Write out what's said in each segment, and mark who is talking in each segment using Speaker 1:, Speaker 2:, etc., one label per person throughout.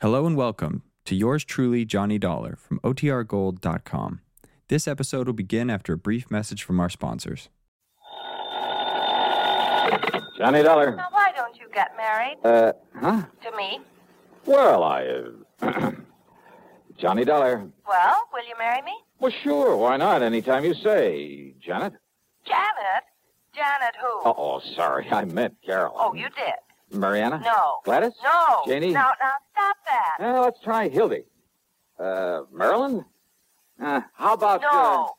Speaker 1: Hello and welcome to yours truly, Johnny Dollar from OTRGold.com. This episode will begin after a brief message from our sponsors.
Speaker 2: Johnny Dollar.
Speaker 3: Now, why don't you get married
Speaker 2: Uh, huh?
Speaker 3: to me?
Speaker 2: Well, I. Uh, Johnny Dollar.
Speaker 3: Well, will you marry me?
Speaker 2: Well, sure, why not? Anytime you say. Janet?
Speaker 3: Janet? Janet who?
Speaker 2: Oh, oh sorry, I meant Carolyn.
Speaker 3: Oh, you did.
Speaker 2: Mariana?
Speaker 3: No.
Speaker 2: Gladys?
Speaker 3: No.
Speaker 2: Ah. Janie?
Speaker 3: Now, now, stop that.
Speaker 2: Eh, let's try Hildy. Uh, Marilyn? Uh, how about.
Speaker 3: No.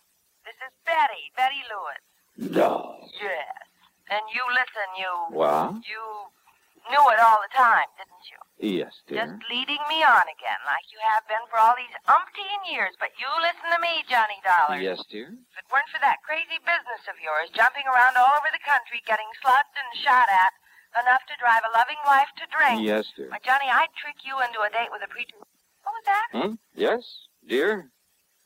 Speaker 3: This is Betty, Betty Lewis.
Speaker 2: Uh, no.
Speaker 3: Yes. And you listen, you.
Speaker 2: Well,
Speaker 3: You knew it all the time, didn't you?
Speaker 2: yes, dear.
Speaker 3: Just leading me on again, like you have been for all these umpteen years. But you listen to me, Johnny Dollar.
Speaker 2: Yes, dear.
Speaker 3: If it weren't for that crazy business of yours, jumping around all over the country, getting slugged and shot at, enough to drive a loving wife to drink.
Speaker 2: Yes, dear.
Speaker 3: Why, Johnny, I'd trick you into a date with a preacher. What was that?
Speaker 2: Hmm? Yes, dear.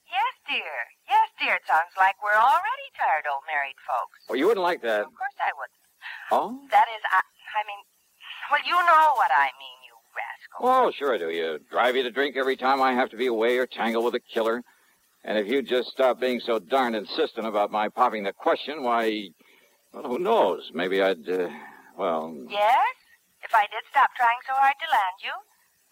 Speaker 3: Yes, dear. Yes, dear. It sounds like we're already tired old married folks.
Speaker 2: Oh, you wouldn't like that.
Speaker 3: Of course I would.
Speaker 2: Oh?
Speaker 3: That is, I, I mean, well, you know what I mean, you rascal.
Speaker 2: Oh, sure I do. You drive you to drink every time I have to be away or tangle with a killer. And if you just stop being so darned insistent about my popping the question, why, well, who knows? Maybe I'd, uh, well,
Speaker 3: Yes? If I did stop trying so hard to land you,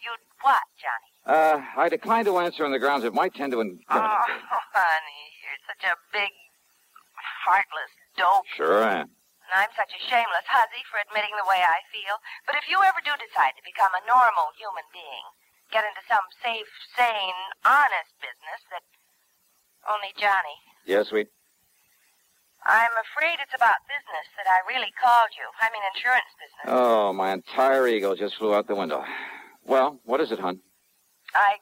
Speaker 3: you'd what, Johnny?
Speaker 2: uh, I decline to answer on the grounds it might tend to
Speaker 3: Oh,
Speaker 2: incriminate. me.
Speaker 3: honey, you're such a big, heartless dope.
Speaker 2: Sure I am.
Speaker 3: And I'm such a shameless hussy for admitting the way I feel. But if you ever do decide to become a normal human being, get into some safe, sane, honest business that. Only, Johnny,
Speaker 2: Yes, sweet.
Speaker 3: I'm afraid it's about business that I really called you. I mean, insurance business.
Speaker 2: Oh, my entire ego just flew out the window. Well, what is it, hon?
Speaker 3: I.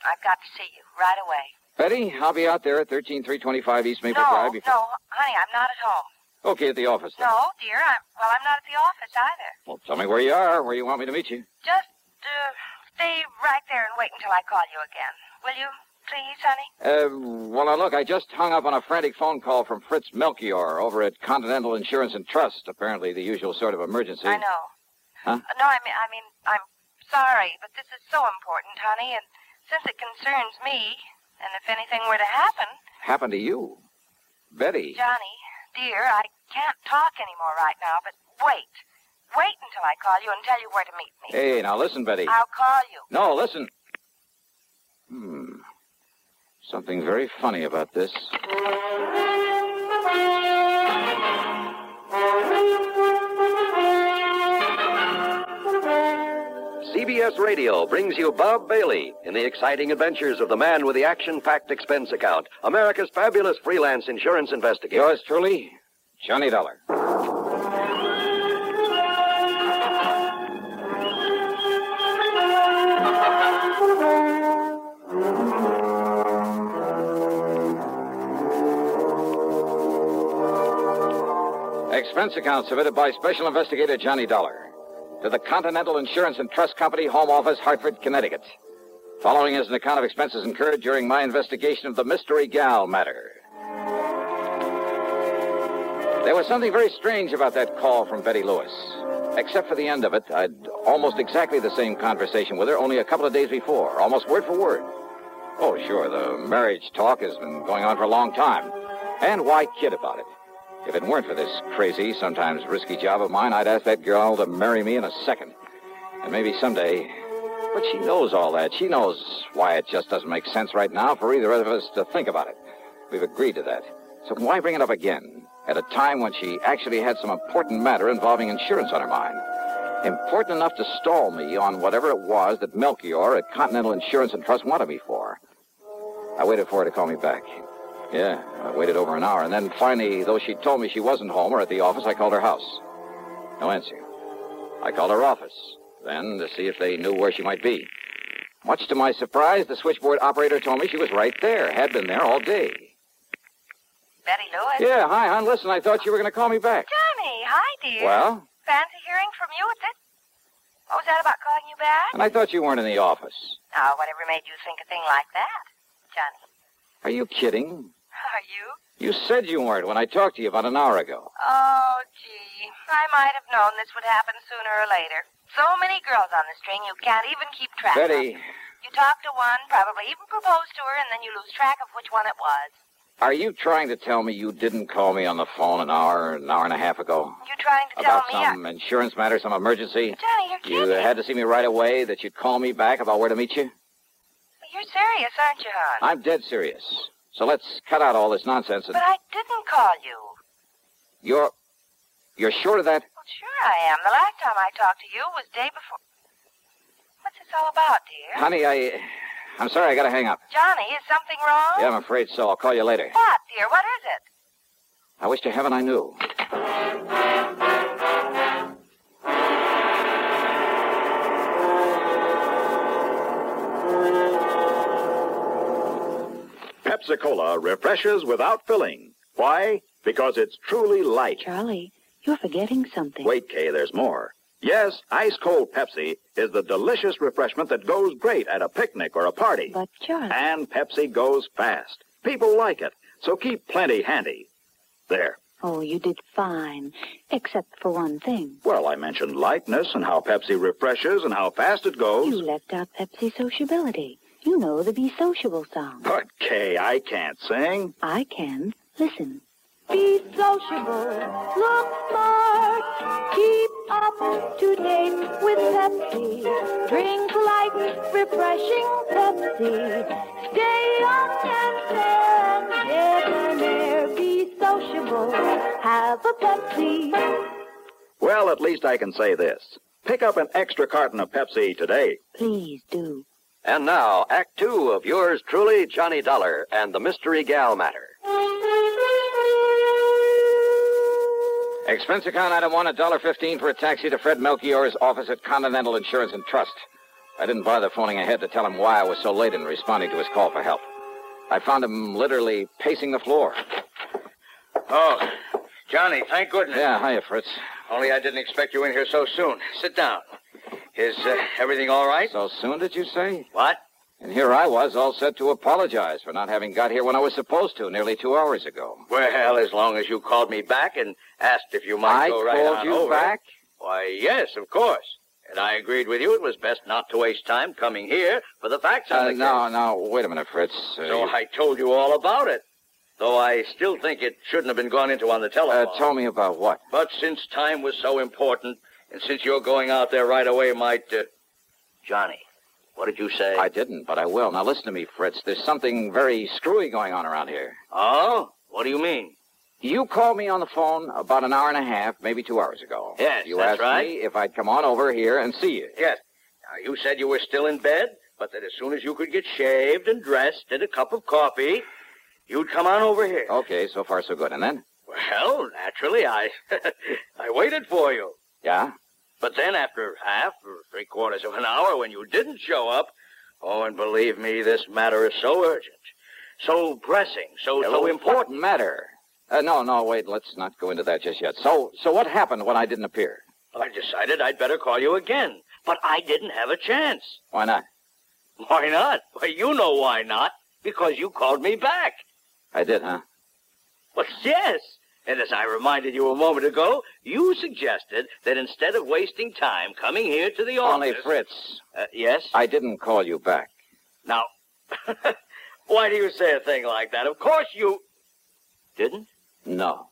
Speaker 3: I've got to see you right away.
Speaker 2: Betty, I'll be out there at 13325 East Maple
Speaker 3: No,
Speaker 2: Drive. before-
Speaker 3: no, honey, I'm not at home.
Speaker 2: Okay, at the office then.
Speaker 3: No, dear, I'm. Well, I'm not at the office either.
Speaker 2: Well, tell me where you are, where you want me to meet you.
Speaker 3: Just uh, stay right there and wait until I call you again. Will you, please, honey?
Speaker 2: Uh, well, now look, I just hung up on a frantic phone call from Fritz Melchior over at Continental Insurance and Trust. Apparently, the usual sort of emergency.
Speaker 3: I know.
Speaker 2: Huh?
Speaker 3: Uh, No, I mean, I mean, I'm sorry, but this is so important, honey, and since it concerns me, and if anything were to happen,
Speaker 2: Happened to you, Betty.
Speaker 3: Johnny, dear, I can't talk anymore right now. But wait, wait until I call you and tell you where to meet me.
Speaker 2: Hey, now listen, Betty.
Speaker 3: I'll call you.
Speaker 2: No, listen. Hmm. Something very funny about this.
Speaker 4: CBS Radio brings you Bob Bailey in the exciting adventures of the man with the action packed expense account, America's fabulous freelance insurance investigator.
Speaker 2: Yours truly, Johnny Dollar. Expense account submitted by Special Investigator Johnny Dollar to the Continental Insurance and Trust Company, Home Office, Hartford, Connecticut. Following is an account of expenses incurred during my investigation of the Mystery Gal matter. There was something very strange about that call from Betty Lewis. Except for the end of it, I'd almost exactly the same conversation with her only a couple of days before, almost word for word. Oh, sure, the marriage talk has been going on for a long time. And why kid about it? If it weren't for this crazy, sometimes risky job of mine, I'd ask that girl to marry me in a second. And maybe someday. But she knows all that. She knows why it just doesn't make sense right now for either of us to think about it. We've agreed to that. So why bring it up again? At a time when she actually had some important matter involving insurance on her mind. Important enough to stall me on whatever it was that Melchior at Continental Insurance and Trust wanted me for. I waited for her to call me back. Yeah, I waited over an hour, and then finally, though she told me she wasn't home or at the office, I called her house. No answer. I called her office, then to see if they knew where she might be. Much to my surprise, the switchboard operator told me she was right there, had been there all day.
Speaker 3: Betty Lewis.
Speaker 2: Yeah, hi, hon. Listen, I thought you were going to call me back.
Speaker 3: Johnny, hi, dear.
Speaker 2: Well,
Speaker 3: Fancy hearing from you at this? What was that about calling you back?
Speaker 2: and I thought you weren't in the office.
Speaker 3: Now, whatever made you think a thing like that, Johnny?
Speaker 2: Are you kidding?
Speaker 3: Are you?
Speaker 2: You said you weren't when I talked to you about an hour ago.
Speaker 3: Oh, gee. I might have known this would happen sooner or later. So many girls on the string, you can't even keep track. of
Speaker 2: Betty,
Speaker 3: them. You talk to one, probably even propose to her, and then you lose track of which one it was.
Speaker 2: are you trying to tell me you didn't call me on the phone an hour, an hour and a half ago?
Speaker 3: You trying to
Speaker 2: About
Speaker 3: tell me? I-
Speaker 2: some insurance matter, some emergency?
Speaker 3: Johnny, you're
Speaker 2: You
Speaker 3: kidding.
Speaker 2: had to see me right away, that you'd call me back about where to meet you?
Speaker 3: You're serious, aren't you, hon?
Speaker 2: I'm dead serious. So let's cut out all this nonsense and
Speaker 3: But I didn't call you.
Speaker 2: you're you're sure of that?
Speaker 3: Well, sure I am. The last time I talked to you was day before. What's this all about, dear?
Speaker 2: Honey, I I'm sorry I gotta hang up.
Speaker 3: Johnny, is something wrong?
Speaker 2: Yeah, I'm afraid so. I'll call you later.
Speaker 3: What, dear? What is it?
Speaker 2: I wish to heaven I knew.
Speaker 5: Pepsi Cola refreshes without filling. Why? Because it's truly light.
Speaker 6: Charlie, you're forgetting something.
Speaker 5: Wait, Kay, there's more. Yes, ice cold Pepsi is the delicious refreshment that goes great at a picnic or a party.
Speaker 6: But Charlie,
Speaker 5: And Pepsi goes fast. People like it, so keep plenty handy. There.
Speaker 6: oh, you did fine, except for one thing.
Speaker 5: Well, I mentioned lightness and how Pepsi refreshes and how fast it
Speaker 6: You
Speaker 5: goes.
Speaker 6: left out Pepsi sociability. You know the Be Sociable song.
Speaker 5: But, Kay, I can't sing.
Speaker 6: I can. Listen.
Speaker 7: Be sociable, look smart, keep up to date with Pepsi. Drink light, refreshing Pepsi. Stay young and fair and debonair. Be sociable, have a Pepsi.
Speaker 5: Well, at least I can say this. Pick up an extra carton of Pepsi today.
Speaker 6: Please do.
Speaker 4: And now, Act Two of yours truly, Johnny Dollar and the Mystery Gal Matter.
Speaker 2: Expense account item one, a dollar fifteen for a taxi to Fred Melchior's office at Continental Insurance and Trust. I didn't bother phoning ahead to tell him why I was so late in responding to his call for help. I found him literally pacing the floor.
Speaker 8: Oh, Johnny, thank goodness.
Speaker 2: Yeah, hiya, Fritz.
Speaker 8: Only I didn't expect you in here so soon. Sit down. Is uh, everything all right?
Speaker 2: So soon, did you say?
Speaker 8: What?
Speaker 2: And here I was, all set to apologize for not having got here when I was supposed to nearly two hours ago.
Speaker 8: Well, as long as you called me back and asked if you might
Speaker 2: I
Speaker 8: go right
Speaker 2: called
Speaker 8: on
Speaker 2: you
Speaker 8: over.
Speaker 2: back?
Speaker 8: Why, yes, of course. And I agreed with you. It was best not to waste time coming here for the facts on
Speaker 2: Uh,
Speaker 8: the
Speaker 2: no, no, wait a minute, Fritz. Uh,
Speaker 8: case. So
Speaker 2: you-
Speaker 8: I told you all about it. Though I still think it shouldn't have been gone into on the telephone.
Speaker 2: uh, tell me about what?
Speaker 8: But since time was so important, and since you're going out there right away, might. Uh... Johnny, what did you say?
Speaker 2: I didn't, but I will. Now listen to me, Fritz. There's something very screwy going on around here.
Speaker 8: Oh, what do you mean?
Speaker 2: You called me on the phone about an hour and a half, maybe two hours ago.
Speaker 8: Yes,
Speaker 2: you
Speaker 8: that's
Speaker 2: asked
Speaker 8: right.
Speaker 2: me if I'd come on over here and see you.
Speaker 8: Yes. Now, you said you were still in bed, but that as soon as you could get shaved and dressed and a cup of coffee, you'd come on over here.
Speaker 2: Okay, so far so good. And then?
Speaker 8: Well, naturally, I, I waited for you.
Speaker 2: Yeah.
Speaker 8: But then after half or three quarters of an hour when you didn't show up, oh, and believe me, this matter is so urgent, so pressing, so, so important.
Speaker 2: important matter. Uh, no, no, wait. Let's not go into that just yet. So, so what happened when I didn't appear?
Speaker 8: I decided I'd better call you again, but I didn't have a chance.
Speaker 2: Why not?
Speaker 8: Why not? Well, you know why not. Because you called me back.
Speaker 2: I did, huh?
Speaker 8: Well, yes. And as I reminded you a moment ago, you suggested that instead of wasting time coming here to the
Speaker 2: Only
Speaker 8: office.
Speaker 2: Fritz.
Speaker 8: Uh, yes?
Speaker 2: I didn't call you back.
Speaker 8: Now, why do you say a thing like that? Of course you didn't.
Speaker 2: No,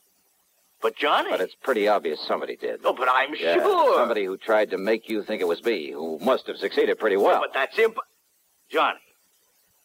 Speaker 8: But Johnny.
Speaker 2: but it's pretty obvious somebody did.
Speaker 8: oh, but I'm
Speaker 2: Yeah,
Speaker 8: sure.
Speaker 2: Somebody who tried to make you think it was me, who must have succeeded pretty well.
Speaker 8: But that's imp. Johnny.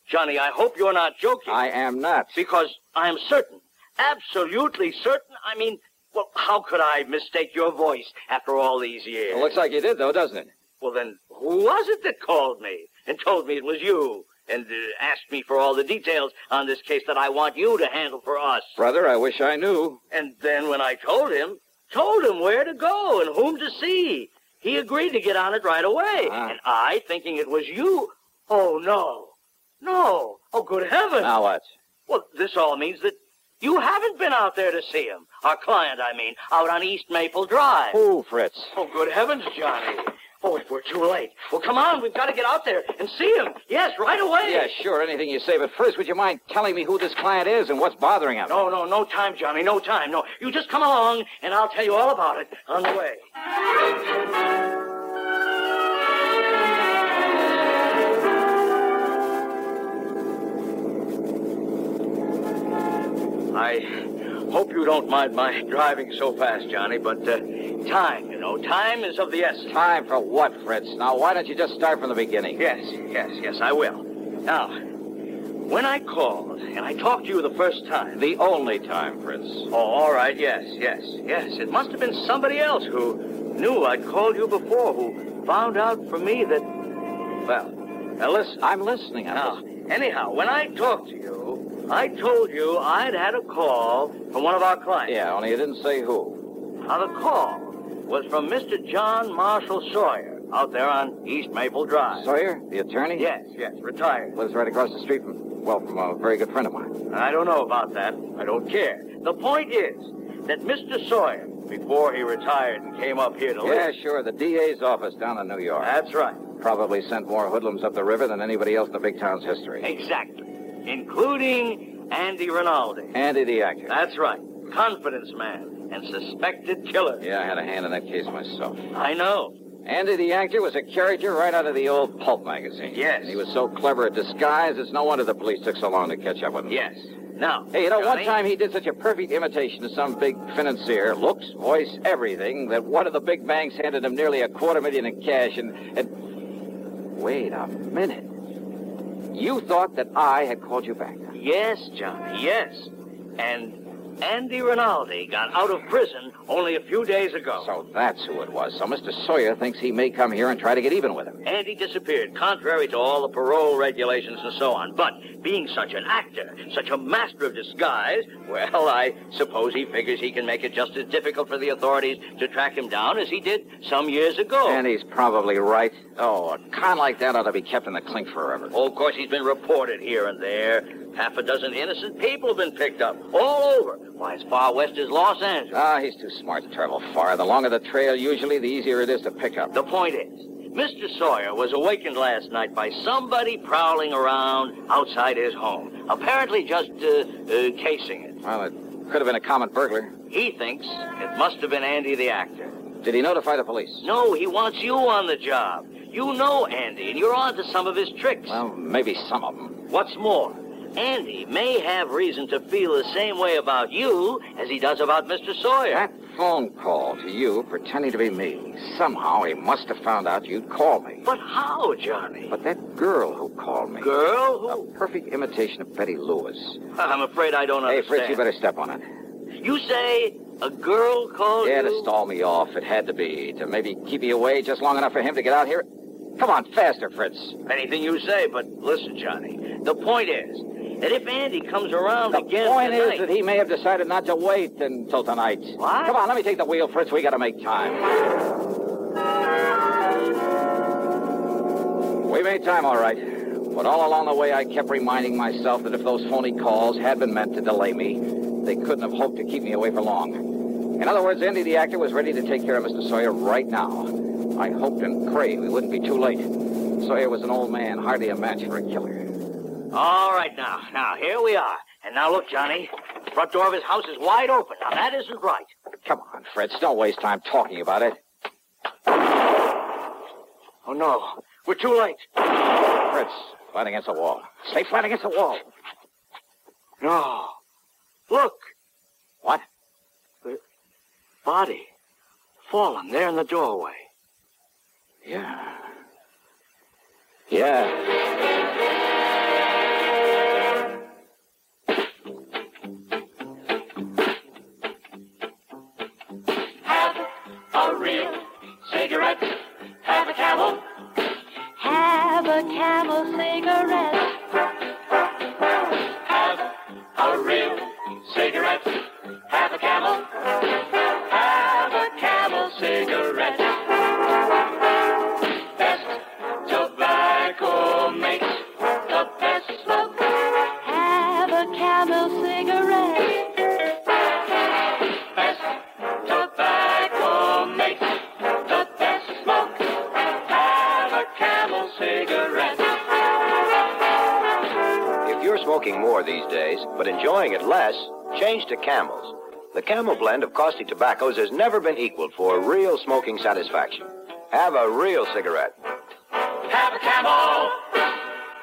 Speaker 8: Johnny, I hope you're not joking.
Speaker 2: I am not.
Speaker 8: Because I'm certain, absolutely certain. I mean, well, how could I mistake your voice after all these years?
Speaker 2: It looks like you did, though, doesn't it?
Speaker 8: Well, then, who was it that called me and told me it was you and uh, asked me for all the details on this case that I want you to handle for us?
Speaker 2: Brother, I wish I knew.
Speaker 8: And then when I told him, told him where to go and whom to see, he agreed to get on it right away.
Speaker 2: Ah.
Speaker 8: And I, thinking it was you, oh, no, no, oh, good heavens.
Speaker 2: Now what?
Speaker 8: Well, this all means that you haven't been out there to see him. Our client, I mean, out on East Maple Drive.
Speaker 2: Who, Fritz?
Speaker 8: Oh, good heavens, Johnny. Oh, if we're too late. Well, come on, we've got to get out there and see him. Yes, right away.
Speaker 2: Yeah, sure, anything you say, but first, would you mind telling me who this client is and what's bothering him?
Speaker 8: No, no, no time, Johnny, no time. No, you just come along, and I'll tell you all about it on the way. I hope you don't mind my driving so fast, Johnny, but uh, time, you know, time is of the essence.
Speaker 2: Time for what, Fritz? Now, why don't you just start from the beginning?
Speaker 8: Yes, yes, yes, I will. Now, when I called and I talked to you the first time.
Speaker 2: The only time, Fritz.
Speaker 8: Oh, all right, yes, yes, yes. It must have been somebody else who knew I'd called you before, who found out from me that. Well, now listen.
Speaker 2: I'm listening. I'm
Speaker 8: Now,
Speaker 2: listening.
Speaker 8: anyhow, when I talked to you, I told you I'd had a call from one of our clients.
Speaker 2: Yeah, only you didn't say who.
Speaker 8: Now, the call was from Mr. John Marshall Sawyer out there on East Maple Drive.
Speaker 2: Sawyer, the attorney?
Speaker 8: Yes, yes, retired.
Speaker 2: Lives right across the street from, well, from a very good friend of mine.
Speaker 8: I don't know about that. I don't care. The point is that Mr. Sawyer, before he retired and came up here to
Speaker 2: Yeah,
Speaker 8: live.
Speaker 2: sure. The DA's office down in New York.
Speaker 8: That's right.
Speaker 2: Probably sent more hoodlums up the river than anybody else in the big town's history.
Speaker 8: Exactly. Including Andy Rinaldi.
Speaker 2: Andy the actor.
Speaker 8: That's right. Confidence man and suspected killer.
Speaker 2: Yeah, I had a hand in that case myself.
Speaker 8: I know.
Speaker 2: Andy the actor was a character right out of the old pulp magazine.
Speaker 8: Yes.
Speaker 2: And he was so clever at disguise, it's no wonder the police took so long to catch up with him.
Speaker 8: Yes. Now.
Speaker 2: Hey, you know,
Speaker 8: Johnny,
Speaker 2: one time he did such a perfect imitation of some big financier, looks, voice, everything, that one of the big banks handed him nearly a quarter million in cash and. and... Wait a minute. You thought that I had called you back.
Speaker 8: Yes, Johnny. Yes. And Andy Rinaldi got out of prison only a few days ago.
Speaker 2: So that's who it was. So Mr. Sawyer thinks he may come here and try to get even with him.
Speaker 8: Andy disappeared, contrary to all the parole regulations and so on. But being such an actor, such a master of disguise, well, I suppose he figures he can make it just as difficult for the authorities to track him down as he did some years ago.
Speaker 2: And he's probably right. Oh, a con like that ought to be kept in the clink forever.
Speaker 8: Oh, of course, he's been reported here and there. Half a dozen innocent people have been picked up all over. Why, as far west as Los Angeles.
Speaker 2: Ah, he's too smart to travel far. The longer the trail, usually, the easier it is to pick up.
Speaker 8: The point is, Mr. Sawyer was awakened last night by somebody prowling around outside his home, apparently just uh, uh, casing it.
Speaker 2: Well, it could have been a common burglar.
Speaker 8: He thinks it must have been Andy the actor.
Speaker 2: Did he notify the police?
Speaker 8: No, he wants you on the job. You know Andy, and you're onto some of his tricks.
Speaker 2: Well, maybe some of them.
Speaker 8: What's more, Andy may have reason to feel the same way about you as he does about Mr. Sawyer.
Speaker 2: That phone call to you pretending to be me. Somehow he must have found out you'd called me.
Speaker 8: But how, Johnny?
Speaker 2: But that girl who called me.
Speaker 8: Girl
Speaker 2: A
Speaker 8: who?
Speaker 2: perfect imitation of Betty Lewis.
Speaker 8: I'm afraid I don't
Speaker 2: Hey,
Speaker 8: understand.
Speaker 2: Fritz, you better step on it.
Speaker 8: You say a girl called
Speaker 2: Yeah,
Speaker 8: Oh, you?
Speaker 2: to stall me off. It had to be. To maybe keep me away just long enough for him to get out here. Come on, faster, Fritz.
Speaker 8: Anything you say, but listen, Johnny. The point is that if Andy comes around
Speaker 2: The
Speaker 8: again
Speaker 2: point
Speaker 8: tonight,
Speaker 2: is that he may have decided not to wait until tonight.
Speaker 8: What?
Speaker 2: Come on, let me take the wheel, Fritz. We gotta make time. We made time, all right. But all along the way, I kept reminding myself that if those phony calls had been meant to delay me, they couldn't have hoped to keep me away for long. In other words, Andy the actor was ready to take care of Mr. Sawyer right now. I hoped and prayed we wouldn't be too late. Sawyer was an old man, hardly a match for a killer.
Speaker 8: All right, now, now, here we are. And now look, Johnny, the front door of his house is wide open. Now, that isn't right.
Speaker 2: Come on, Fritz, don't waste time talking about it.
Speaker 8: Oh, no. We're too late.
Speaker 2: Fritz, flat against the wall. Stay flat against the wall.
Speaker 8: No. Look,
Speaker 2: What?
Speaker 8: body. Fallen there in the doorway.
Speaker 2: Yeah. Yeah.
Speaker 7: Have a camel cigarette. Have a camel cigarette.
Speaker 4: If you're smoking more these days, but enjoying it less, change to Camels. The Camel blend of costly tobaccos has never been equaled for real smoking satisfaction. Have a real cigarette. Have a Camel!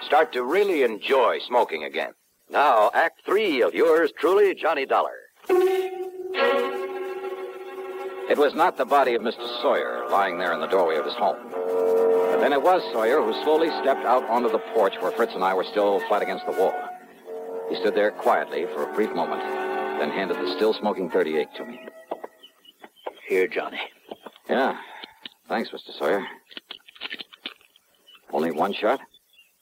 Speaker 4: Start to really enjoy smoking again.
Speaker 9: Now, Act Three of yours truly, Johnny Dollar.
Speaker 2: It was not the body of Mr. Sawyer lying there in the doorway of his home. But then it was Sawyer who slowly stepped out onto the porch where Fritz and I were still flat against the wall. He stood there quietly for a brief moment, then handed the still smoking 38 to me.
Speaker 8: Here, Johnny.
Speaker 2: Yeah. Thanks, Mr. Sawyer. Only one shot?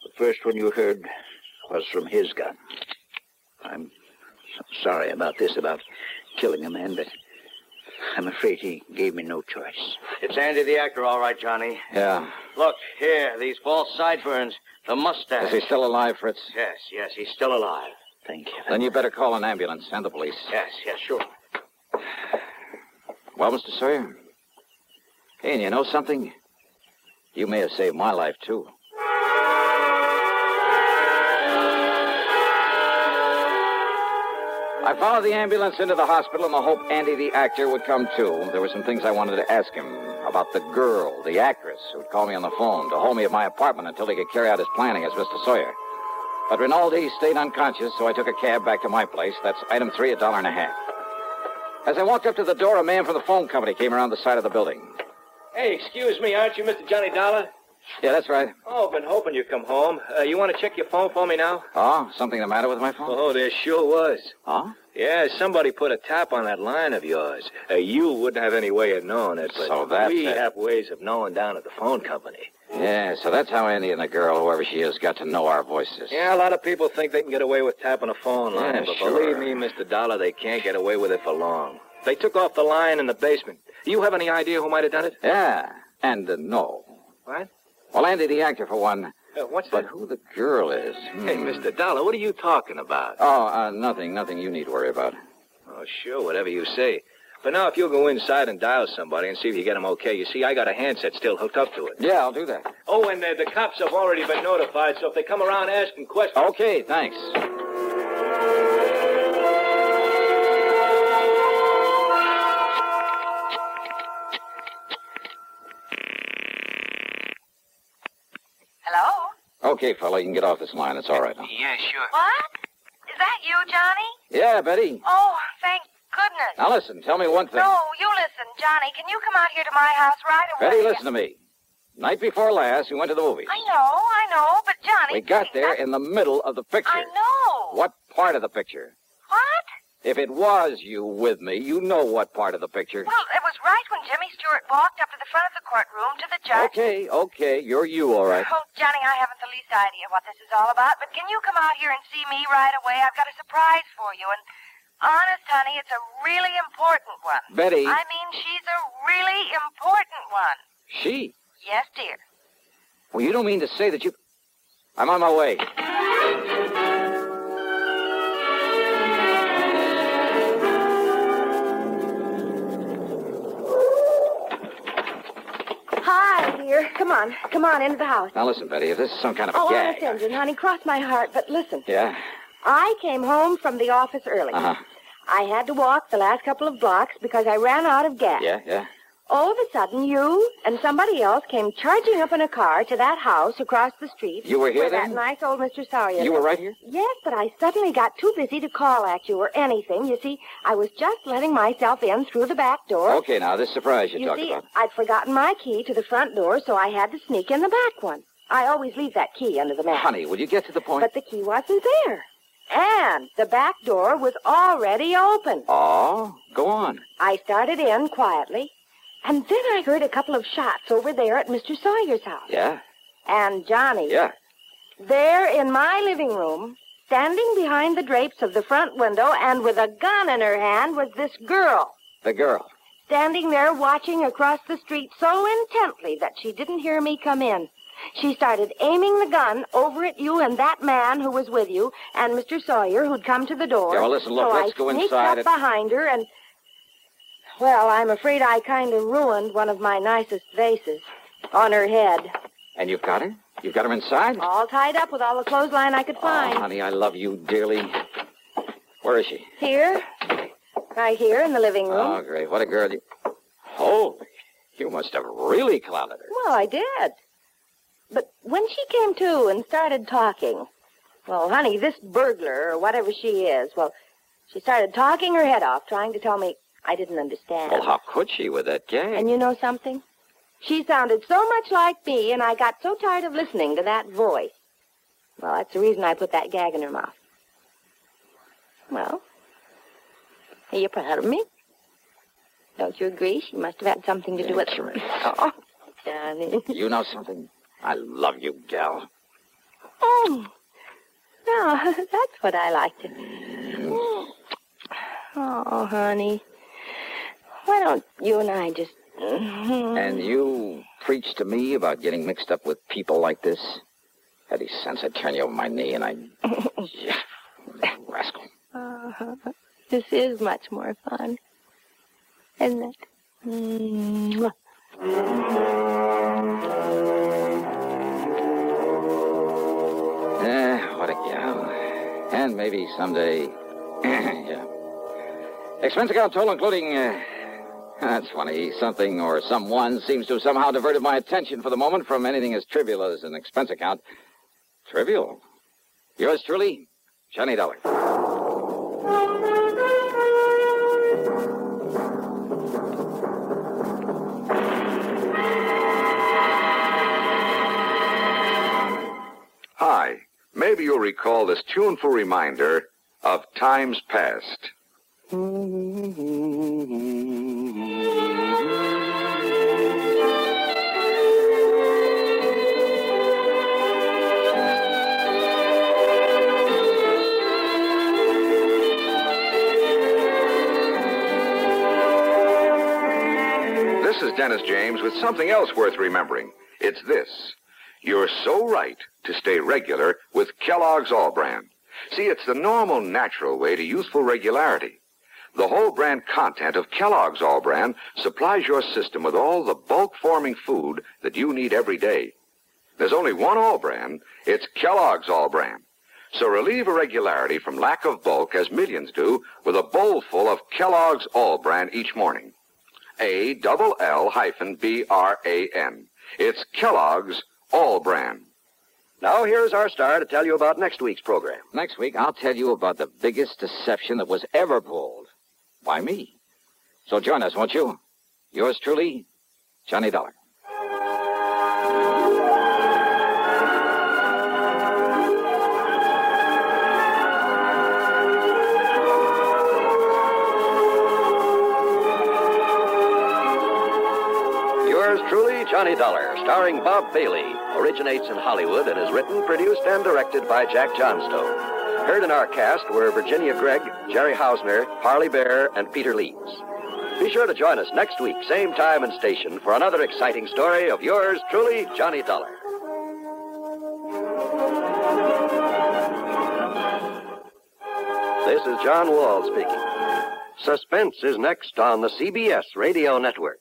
Speaker 9: The first one you heard was from his gun. I'm sorry about this, about killing a man, but I'm afraid he gave me no choice.
Speaker 8: It's Andy the actor, all right, Johnny.
Speaker 2: Yeah.
Speaker 8: Look, here, these false sideburns, the mustache.
Speaker 2: Is he still alive, Fritz?
Speaker 8: Yes, yes, he's still alive.
Speaker 9: Thank you.
Speaker 2: Then you better call an ambulance and the police.
Speaker 8: Yes, yes, sure.
Speaker 2: Well, Mr. Sawyer? Hey, and you know something? You may have saved my life, too. I followed the ambulance into the hospital in the hope Andy, the actor, would come too. There were some things I wanted to ask him about the girl, the actress, who'd call me on the phone to hold me at my apartment until he could carry out his planning as Mr. Sawyer. But Rinaldi stayed unconscious, so I took a cab back to my place. That's item three, a dollar and a half. As I walked up to the door, a man from the phone company came around the side of the building.
Speaker 8: Hey, excuse me, aren't you Mr. Johnny Dollar?
Speaker 2: Yeah, that's right.
Speaker 8: Oh, been hoping you'd come home. Uh, you want to check your phone for me now?
Speaker 2: Oh, something the matter with my phone?
Speaker 8: Oh, there sure was.
Speaker 2: Huh?
Speaker 8: Yeah, somebody put a tap on that line of yours. Uh, you wouldn't have any way of knowing it, but
Speaker 2: So that's
Speaker 8: we
Speaker 2: it.
Speaker 8: have ways of knowing down at the phone company.
Speaker 2: Yeah, so that's how Andy and the girl, whoever she is, got to know our voices.
Speaker 8: Yeah, a lot of people think they can get away with tapping a phone line,
Speaker 2: Yeah,
Speaker 8: but
Speaker 2: sure.
Speaker 8: believe me, Mr. Dollar, they can't get away with it for long. They took off the line in the basement. You have any idea who might have done it?
Speaker 2: Yeah, and uh, no.
Speaker 8: What?
Speaker 2: Well, Andy, the actor, for one,
Speaker 8: Uh, what's
Speaker 2: but
Speaker 8: that?
Speaker 2: who the girl is.
Speaker 8: Hey,
Speaker 2: hmm.
Speaker 8: Mr. Dollar, what are you talking about?
Speaker 2: Oh, uh, nothing, nothing you need to worry about.
Speaker 8: Oh, sure, whatever you say. But now, if you'll go inside and dial somebody and see if you get them okay. You see, I got a handset still hooked up to it.
Speaker 2: Yeah, I'll do that.
Speaker 8: Oh, and uh, the cops have already been notified, so if they come around asking questions.
Speaker 2: Okay, thanks.
Speaker 10: Hello?
Speaker 2: Okay, fella, you can get off this line. It's all right now.
Speaker 8: Yeah, sure.
Speaker 10: What? Is that you, Johnny?
Speaker 2: Yeah, Betty.
Speaker 10: Oh, thank goodness.
Speaker 2: Now listen, tell me one thing.
Speaker 10: No, you listen, Johnny. Can you come out here to my house right away?
Speaker 2: Betty, listen to me. Night before last, we went to the movies.
Speaker 10: I know, I know, but Johnny.
Speaker 2: We got
Speaker 10: please,
Speaker 2: there
Speaker 10: I-
Speaker 2: in the middle of the picture.
Speaker 10: I know.
Speaker 2: What part of the picture?
Speaker 10: What?
Speaker 2: If it was you with me, you know what part of the picture.
Speaker 10: Well, it was right when Jimmy Stewart walked up to the front of the courtroom to the judge.
Speaker 2: Okay, okay, you're you, all right.
Speaker 10: Oh, Johnny, I haven't the least idea what this is all about, but can you come out here and see me right away? I've got a surprise for you, and honest, honey, it's a really important one.
Speaker 2: Betty,
Speaker 10: I mean, she's a really important one.
Speaker 2: she.
Speaker 10: Yes, dear.
Speaker 2: Well, you don't mean to say that you. I'm on my way.
Speaker 3: Hi, dear. Come on. Come on into the house.
Speaker 2: Now listen, Betty, if this is some kind of a
Speaker 3: Oh, I
Speaker 2: gag.
Speaker 3: understand, you, honey. Cross my heart, but listen.
Speaker 2: Yeah.
Speaker 3: I came home from the office early.
Speaker 2: Uh huh.
Speaker 3: I had to walk the last couple of blocks because I ran out of gas.
Speaker 2: Yeah, yeah.
Speaker 3: All of a sudden, you and somebody else came charging up in a car to that house across the street.
Speaker 2: You were here
Speaker 3: where
Speaker 2: then?
Speaker 3: That nice old Mr. Sawyer.
Speaker 2: You were right here.
Speaker 3: Yes, but I suddenly got too busy to call at you or anything. You see, I was just letting myself in through the back door.
Speaker 2: Okay, now this surprise you,
Speaker 3: You
Speaker 2: talked
Speaker 3: see,
Speaker 2: about.
Speaker 3: I'd forgotten my key to the front door, so I had to sneak in the back one. I always leave that key under the mat.
Speaker 2: Honey, will you get to the point?
Speaker 3: But the key wasn't there. And the back door was already open.
Speaker 2: Oh, go on.
Speaker 3: I started in quietly, and then I heard a couple of shots over there at Mr. Sawyer's house.
Speaker 2: Yeah,
Speaker 3: And Johnny,
Speaker 2: yeah.
Speaker 3: there in my living room, standing behind the drapes of the front window and with a gun in her hand, was this girl.
Speaker 2: The girl.
Speaker 3: standing there watching across the street so intently that she didn't hear me come in. She started aiming the gun over at you and that man who was with you and Mr. Sawyer who'd come to the door.
Speaker 2: Yeah, well, listen, look,
Speaker 3: so
Speaker 2: let's
Speaker 3: I
Speaker 2: go
Speaker 3: sneaked
Speaker 2: inside
Speaker 3: up
Speaker 2: and-
Speaker 3: behind her and well, I'm afraid I kind of ruined one of my nicest vases on her head,
Speaker 2: And you've got her? You've got her inside?
Speaker 3: all tied up with all the clothesline I could find.
Speaker 2: Oh, honey, I love you dearly. Where is she?
Speaker 3: Here, right here in the living room.
Speaker 2: Oh, great. What a girl you. Holy. You must have really clouded her.
Speaker 3: Well, I did. But when she came to and started talking, Well, honey, this burglar, or whatever she is, well, she started talking her head off, trying to tell me I didn't understand.
Speaker 2: Well, how could she with that gang?
Speaker 3: And you know something? She sounded so much like me, and I got so tired of listening to that voice. Well, that's the reason I put that gag in her mouth. Well, are you proud of me? Don't you agree? She must have had something to do with it. Oh, darling.
Speaker 2: You know something? I love you, gal.
Speaker 3: Oh, now that's what I like to. Mm. Oh, honey. Why don't you and I just.
Speaker 2: And you preach to me about getting mixed up with people like this? Had he sense I'd turn you over my knee and I... Yeah. Rascal.
Speaker 3: Uh, this is much more fun. Isn't it? Mwah.
Speaker 2: Eh, what a gal. And maybe someday... yeah. Expense account total including... Uh... That's funny. Something or someone seems to have somehow diverted my attention for the moment from anything as trivial as an expense account. Trivial? Yours truly, Johnny Dollar.
Speaker 8: Hi. Maybe you'll recall this tuneful reminder of times past. This is Dennis James with something else worth remembering. It's this. You're so right to stay regular with Kellogg's All Brand. See, it's the normal, natural way to youthful regularity. The whole brand content of Kellogg's All Brand supplies your system with all the bulk forming food that you need every day. There's only one All Brand. It's Kellogg's All Brand. So relieve irregularity from lack of bulk as millions do with a bowl full of Kellogg's All Brand each morning. A double L hyphen B R A N. It's Kellogg's All Brand.
Speaker 11: Now here's our star to tell you about next week's program.
Speaker 2: Next week, I'll tell you about the biggest deception that was ever pulled. By me. So join us, won't you? Yours truly, Johnny Dollar.
Speaker 11: Yours truly, Johnny Dollar, starring Bob Bailey, originates in Hollywood and is written, produced, and directed by Jack Johnstone. Heard in our cast were Virginia Gregg, Jerry Hausner, Harley Bear, and Peter Leeds. Be sure to join us next week, same time and station, for another exciting story of yours truly, Johnny Dollar. This is John Wall speaking. Suspense is next on the CBS Radio Network.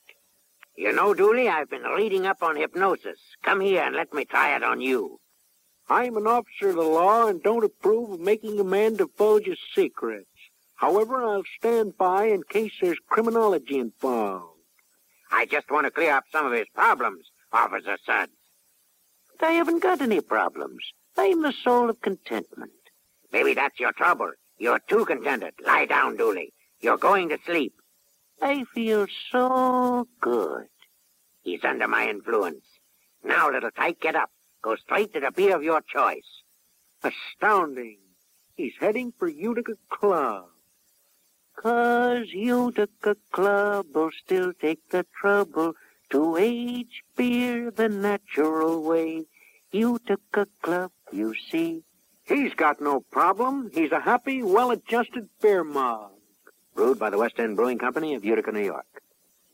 Speaker 12: You know, Dooley, I've been reading up on hypnosis. Come here and let me try it on you.
Speaker 13: I'm an officer of the law and don't approve of making a man divulge his secrets. However, I'll stand by in case there's criminology involved.
Speaker 12: I just want to clear up some of his problems, Officer Sud.
Speaker 13: But I haven't got any problems. I'm the soul of contentment.
Speaker 12: Maybe that's your trouble. You're too contented. Lie down, Dooley. You're going to sleep.
Speaker 13: I feel so good.
Speaker 12: He's under my influence. Now, little tyke, get up. Go straight to the beer of your choice.
Speaker 13: Astounding. He's heading for Utica Club. 'Cause Utica Club will still take the trouble to age beer the natural way. Utica Club, you see. He's got no problem. He's a happy, well-adjusted beer mob.
Speaker 12: Brewed by the West End Brewing Company of Utica, New York.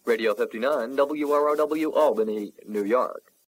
Speaker 14: Radio 59, WROW, Albany, New York.